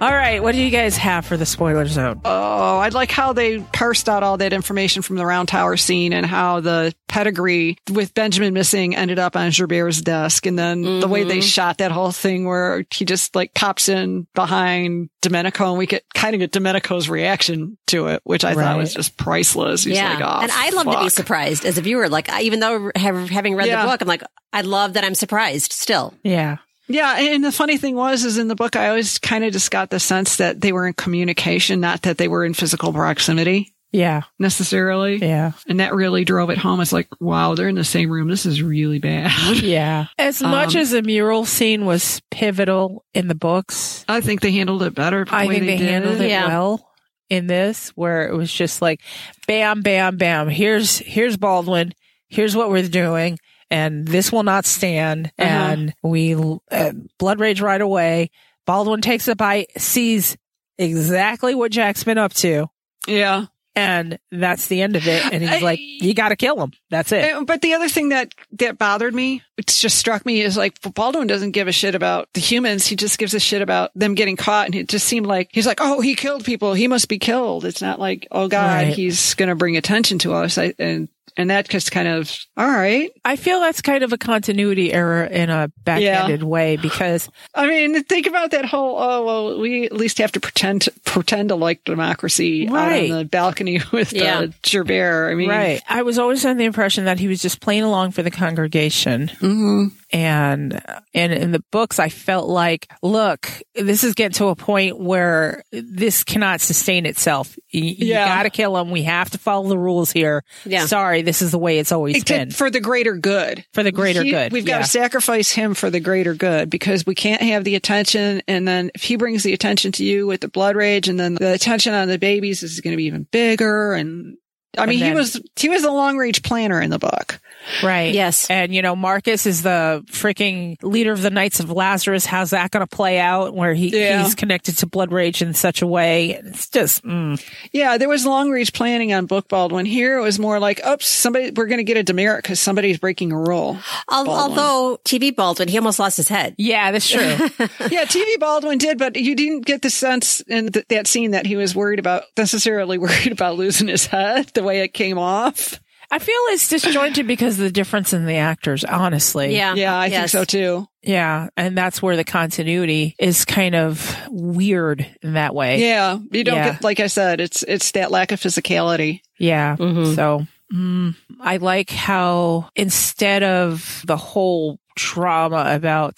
All right, what do you guys have for the spoiler zone? Oh, I like how they parsed out all that information from the Round Tower scene and how the pedigree with Benjamin missing ended up on Gerbert's desk. And then the way Mm-hmm. they shot that whole thing where he just like pops in behind Domenico and we get kind of get Domenico's reaction to it, which I thought was Right. just priceless. He's yeah. like, oh, and I love to be fuck. surprised as a viewer. Like, I, even though have, having read Yeah. the book, I'm like, I love that I'm surprised still. Yeah. Yeah, and the funny thing was, is in the book, I always kind of just got the sense that they were in communication, not that they were in physical proximity Yeah. necessarily. Yeah. And that really drove it home. It's like, wow, they're in the same room. This is really bad. Yeah. Um, As much as the mural scene was pivotal in the books, I think they handled it better. the I way think they, did handled it Yeah. well in this, where it was just like, bam, bam, bam. Here's here's Baldwin. Here's what we're doing, and this will not stand. And we uh, blood rage right away. Baldwin takes a bite, sees exactly what Jack's been up to, Yeah. and that's the end of it. And he's I- like, "You got to kill him. That's it." Uh, But the other thing that that bothered me, it's just struck me, is like Baldwin doesn't give a shit about the humans. He just gives a shit about them getting caught, and it just seemed like he's like, "Oh, he killed people. He must be killed." It's not like, "Oh God, Right. he's going to bring attention to us." I, and and that just kind of all right. I feel that's kind of a continuity error in a backhanded way because I mean, think about that whole. Oh well, we at least have to pretend pretend to like democracy out Right. on the balcony with Yeah. the Gerbert. I mean, right, I was always under the impression that he was just playing along for the congregation, Mm-hmm. and and in the books, I felt like, look, this is getting to a point where this cannot sustain itself. You, Yeah. got to kill him. We have to follow the rules here. Yeah. Sorry, this is the way it's always It been. did for the greater good. For the greater He- good, We've yeah. got to sacrifice him for the greater good because we can't have the attention. And then if he brings the attention to you with the blood rage, and then the attention on the babies is going to be even bigger. And I mean, then- he was he was the long range planner in the book. Right. Yes. And you know, Marcus is the freaking leader of the Knights of Lazarus. How's that going to play out? Where he, Yeah. he's connected to Blood Rage in such a way. It's just mm. Yeah, there was long range planning on Book Baldwin. Here it was more like, oops, somebody we're going to get a demerit because somebody's breaking a rule. Al- although TV Baldwin, he almost lost his head. yeah, that's true. yeah, TV Baldwin did, but you didn't get the sense in th- that scene that he was worried about necessarily worried about losing his head the way it came off. I feel it's disjointed because of the difference in the actors. Honestly, Yeah. Yeah, I think Yes. so too. yeah, and that's where the continuity is kind of weird in that way. Yeah, you don't Yeah. get like I said, it's it's that lack of physicality. Yeah. Mm-hmm. So mm, I like how instead of the whole drama about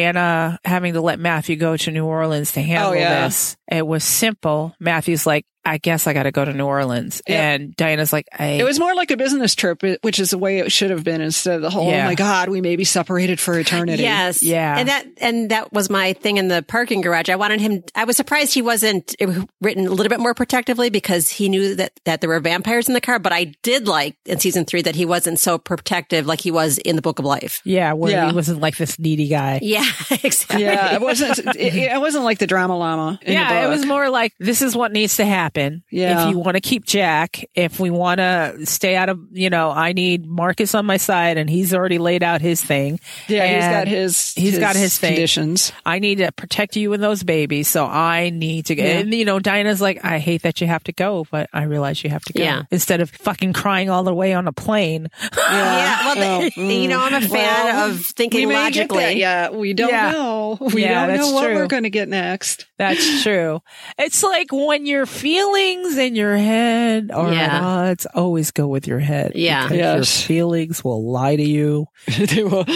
Diana having to let Matthew go to New Orleans to handle Oh, yeah. this, it was simple. Matthew's like, I guess I got to go to New Orleans. Yeah. And Diana's like, I, It was more like a business trip, which is the way it should have been instead of the whole Yeah. "Oh my God, we may be separated for eternity." Yes. Yeah. And that and that was my thing in the parking garage. I wanted him I was surprised he wasn't it was written a little bit more protectively because he knew that that there were vampires in the car, but I did like in season 3 that he wasn't so protective like he was in the Book of Life. yeah, where Yeah. he wasn't like this needy guy. Yeah, exactly. yeah, it wasn't. It, it wasn't like the drama llama. In yeah, the it book. was more like this is what needs to happen. Yeah. If you want to keep Jack, if we want to stay out of, you know, I need Marcus on my side, and he's already laid out his thing. Yeah, he's got And his. he's his got his thing. conditions. I need to protect you and those babies, so I need to get. And you know, Diana's like, I hate that you have to go, but I realize you have to go. Yeah. Instead of fucking crying all the way on a plane. Yeah, well, the- you know, I'm a Oh, mm. fan Well, of thinking we may get logically. that. Yeah, we don't Yeah. know. We Yeah, don't that's know what true. we're going to get next. That's true. It's like when your feelings and your head are Yeah. at odds, always go with your head. Yeah. because Your Yes. feelings will lie to you. they will.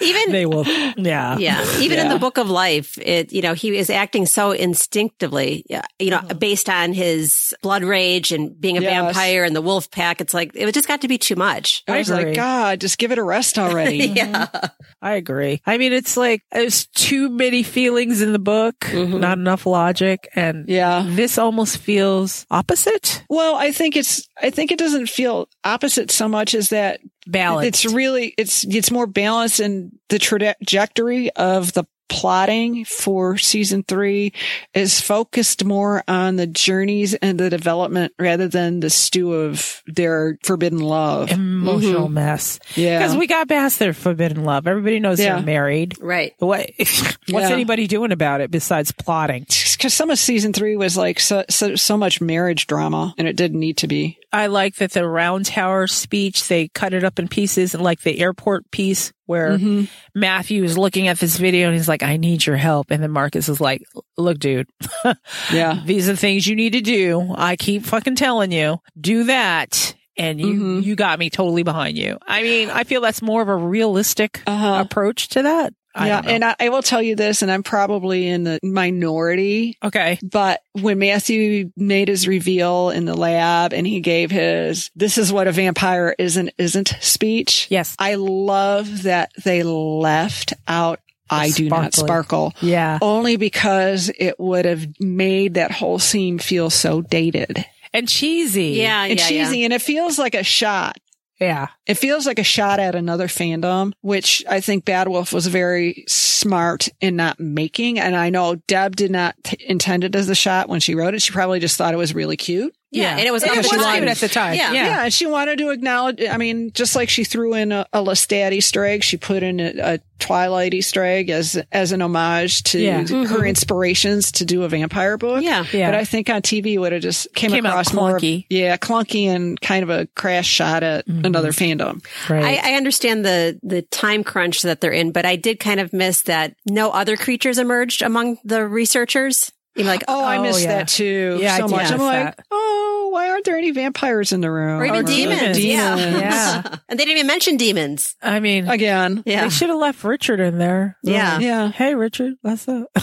Even They will. Yeah. Yeah. Even in the book of life, it, you know, he is acting so instinctively, yeah, you know, Uh-huh. based on his blood rage and being a Yes. vampire and the wolf pack. It's like, it just got to be too much. I was agree. like, God, just give it a rest already. Mm-hmm. Yeah. I agree. I mean, it's like there's too many feelings in the book, not enough logic, and Mm-hmm. Yeah. this almost feels opposite. Well, I think it's I think it doesn't feel opposite so much as that Balanced. it's really it's it's more balanced in the trajectory of the plotting for season 3 is focused more on the journeys and the development rather than the stew of their forbidden love. emotional mess. Mm-hmm. Yeah. Because we got past their forbidden love. Everybody knows Yeah. they're married. Right. What, what's Yeah. anybody doing about it besides plotting? Cuz some of season 3 was like so, so so much marriage drama and it didn't need to be. I like that the round tower speech, they cut it up in pieces and like the airport piece where Mm. Mm-hmm. Matthew is looking at this video and he's like, I need your help. And then Marcus is like, look, dude, Yeah. these are the things you need to do. I keep fucking telling you, do that. And you, you got me totally behind you. I mean, I feel that's more of a realistic Uh-huh. approach to that. I yeah, don't know. and I, I will tell you this and I'm probably in the minority okay. But when Matthew made his reveal in the lab and he gave his this is what a vampire is and isn't speech. Yes. I love that they left out I do not sparkly. sparkle. Yeah. Only because it would have made that whole scene feel so dated and cheesy. Yeah. and Uh, yeah, cheesy. And it feels like a shot. Yeah. It feels like a shot at another fandom, which I think Bad Wolf was very smart in not making. And I know Deb did not t- intend it as a shot when she wrote it. She probably just thought it was really cute. Yeah, and it was It on was the live line. at the time. Yeah. Yeah. and she wanted to acknowledge. I mean, just like she threw in a, a Lestat Easter egg, she put in a, a Twilight Easter egg as as an homage to Yeah. her inspirations to do a vampire book. Mm-hmm. Yeah. Yeah. But I think on TV it would have just came, Came out across more of- clunky. yeah, clunky Mm-hmm. and kind of a crash shot at another fandom. Right. I, I understand the the time crunch that they're in, but I did kind of miss that no other creatures emerged among the researchers. You know, like Oh, I Oh, missed yeah. that too. Yeah, I so did much. miss I'm like, that. oh, why aren't there any vampires in the room? or even demons. Yeah. demons. Oh, Yeah. and they didn't even mention demons. I mean, Oh, Again, Yeah. they should have left Richard in there. Yeah. yeah. Hey, Richard, what's up?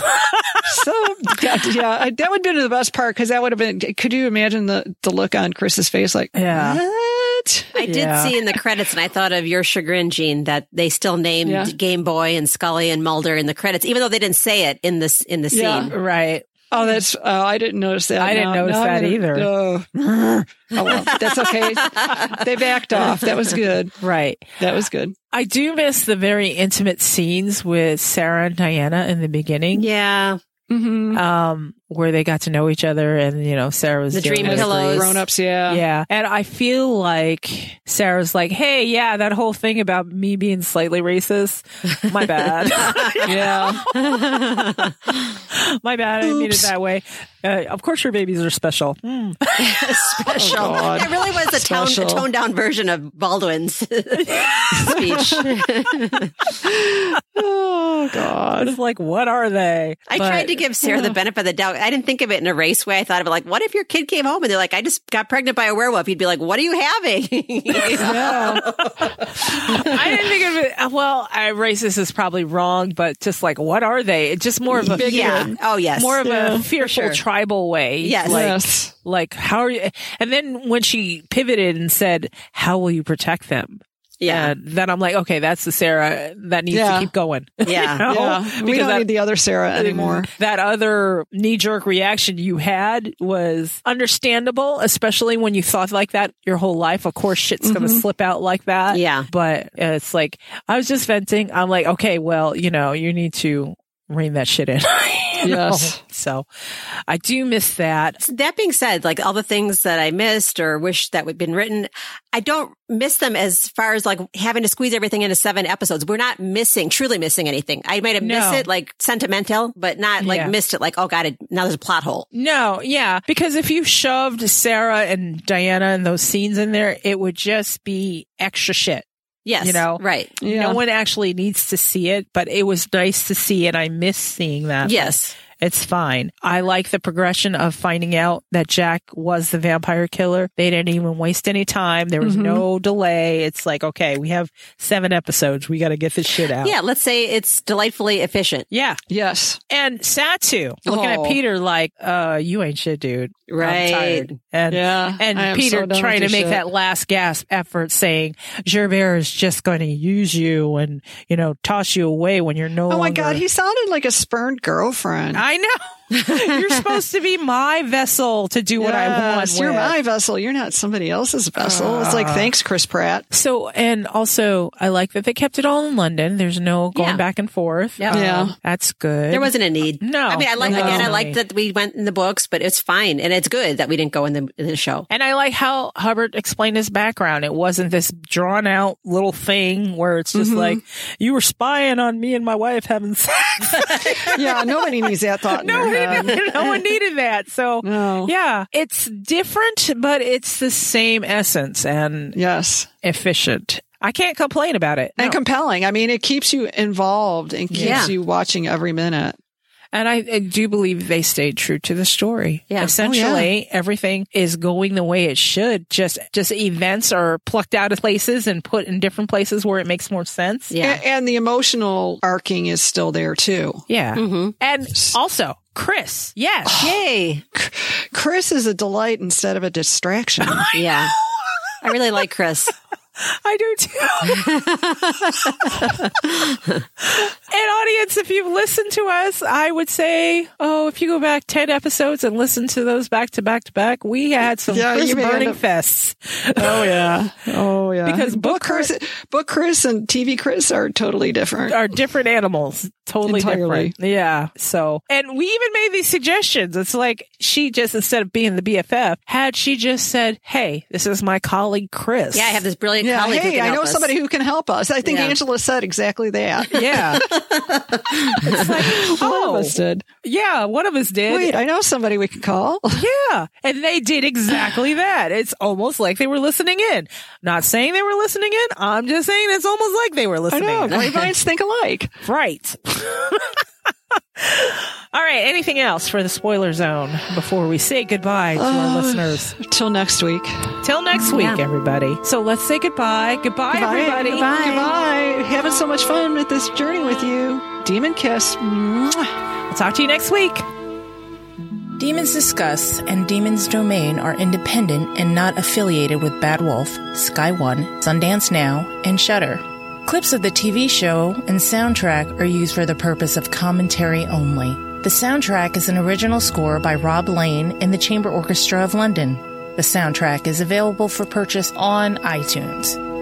so yeah, I- that would have been the best part because that would have been. Could you imagine the the look on Chris's face? Like, Yeah. what? I did Yeah. see in the credits, and I thought of your chagrin, Gene, that they still named Yeah. Game Boy and Scully and Mulder in the credits, even though they didn't say it in this in the scene. Yeah. right. Oh, that's. Oh, I didn't notice that. I didn't No, notice no, that I'm gonna- either. no. oh, well, that's okay. they backed off. That was good. Right. That was good. I do miss the very intimate scenes with Sarah and Diana in the beginning. Yeah. Mm-hmm. Um, where they got to know each other and, you know, Sarah was The dealing dream with pillows. Grown ups. Yeah. Yeah. And I feel like Sarah's like, hey, yeah, that whole thing about me being slightly racist, my bad. Yeah. my bad. I didn't mean it that way. Uh, of course, your babies are special. Hmm. Oh, Special. God. it really was a, tone, a Special. toned down version of Baldwin's speech. Oh God. It's like, what are they? I But- tried to give Sarah the benefit of the doubt. I didn't think of it in a race way. I thought of it like, what if your kid came home and they're like, I just got pregnant by a werewolf? You'd be like, what are you having? I didn't think of it. uh, Well, I, racist is probably wrong, but just like, what are they? It's just more of a yeah. Oh, yes. more of Yeah, a for fearful sure. tribal way. Yes. Like, yes. like, how are you? And then when she pivoted and said, how will you protect them? yeah. And then I'm like, okay, that's the Sarah that needs Yeah. to keep going. Yeah. know? Yeah. We Because don't that- need the other Sarah anymore. That other knee jerk reaction you had was understandable, especially when you thought like that your whole life. Of course, shit's going to slip out like that. Yeah. But it's like, I was just venting. I'm like, okay, well, you know, you need to rein that shit in. You know? Yes. So I do miss that. that being said, like all the things that I missed or wish that would been written, I don't miss them as far as like having to squeeze everything into seven episodes. We're not missing, truly missing anything. I might have missed No. it like sentimental, but not like Yeah. missed it like, oh God, it, now there's a plot hole. No, yeah, because if you shoved Sarah and Diana and those scenes in there, it would just be extra shit. Yes. You know? right. Yeah. No one actually needs to see it, but it was nice to see, and I miss seeing that. Yes. It's fine. I like the progression of finding out that Jack was the vampire killer. They didn't even waste any time. There was no delay. It's like, okay, we have seven episodes. We got to get this shit out. Yeah. Let's say it's delightfully efficient. Yeah. yes. And Satu looking Oh. at Peter like, uh, you ain't shit, dude. I'm Right. tired. And, Yeah, I am and so Peter done with trying to this make shit. that last gasp effort saying, Gerbert is just going to use you and, you know, toss you away when you're no Oh my longer. God. He sounded like a spurned girlfriend. I know. you're supposed to be my vessel to do what I want. Yes, You're with. my vessel. You're not somebody else's vessel. it's like, thanks, Chris Pratt. So, and also, I like that they kept it all in London. There's no going Yeah. back and forth. Um, Yep. Yeah. That's good. There wasn't a need. No. I mean, I like, No. again, I like that we went in the books, but it's fine. And it's good that we didn't go in the, in the show. And I like how Hubbard explained his background. It wasn't this drawn out little thing where it's just like, you were spying on me and my wife having sex. Yeah, nobody needs that thought. in no, their head. one needed, no one needed that. So, No. yeah, it's different, but it's the same essence and Yes. efficient. I can't complain about it. And No. compelling. I mean, it keeps you involved and keeps Yeah. you watching every minute. And I, I do believe they stayed true to the story. Yeah. Essentially, everything is going the way it should. Just just events are plucked out of places and put in different places where it makes more sense. Yeah. A- and the emotional arcing is still there too. Yeah. And also, Chris. Yes. Mm-hmm. Yay. Chris is a delight instead of a distraction. Yeah. I really like Chris. I do too. and audience, if you've listened to us, I would say, oh, if you go back 10 episodes and listen to those back to back to back, we had some Yeah, Chris you may end burning up- fests. oh yeah. Oh yeah. Because book Book Chris- Chris, book Chris and TV Chris are totally different. are different animals. totally Entirely. different. Yeah. So, and we even made these suggestions. It's like she just, instead of being the BFF, had she just said, Hey, this is my colleague, Chris. Yeah, I have this brilliant Yeah, colleague. who hey, can I help know us. somebody who can help Oh. us. I think Yeah. Angela said exactly that. Yeah. it's like, All oh, of us did. yeah, one of us did. Wait, I know somebody we can call. Yeah. And they did exactly that. It's almost like they were listening in. Not saying they were listening in. I'm just saying it's almost like they were I listening know. in. Great minds think alike. Right. All right. Anything else for the spoiler zone before we say goodbye to our listeners? Till next week. Till next week, Yeah. everybody. So let's say goodbye. Goodbye, everybody. Goodbye. Goodbye. Having so much fun with this journey with you. Demon kiss. Mwah. We'll talk to you next week. Demons Discuss and Demons Domain are independent and not affiliated with Bad Wolf, Sky One, Sundance Now, and Shudder. Clips of the TV show and soundtrack are used for the purpose of commentary only. The soundtrack is an original score by Rob Lane and the Chamber Orchestra of London. The soundtrack is available for purchase on iTunes.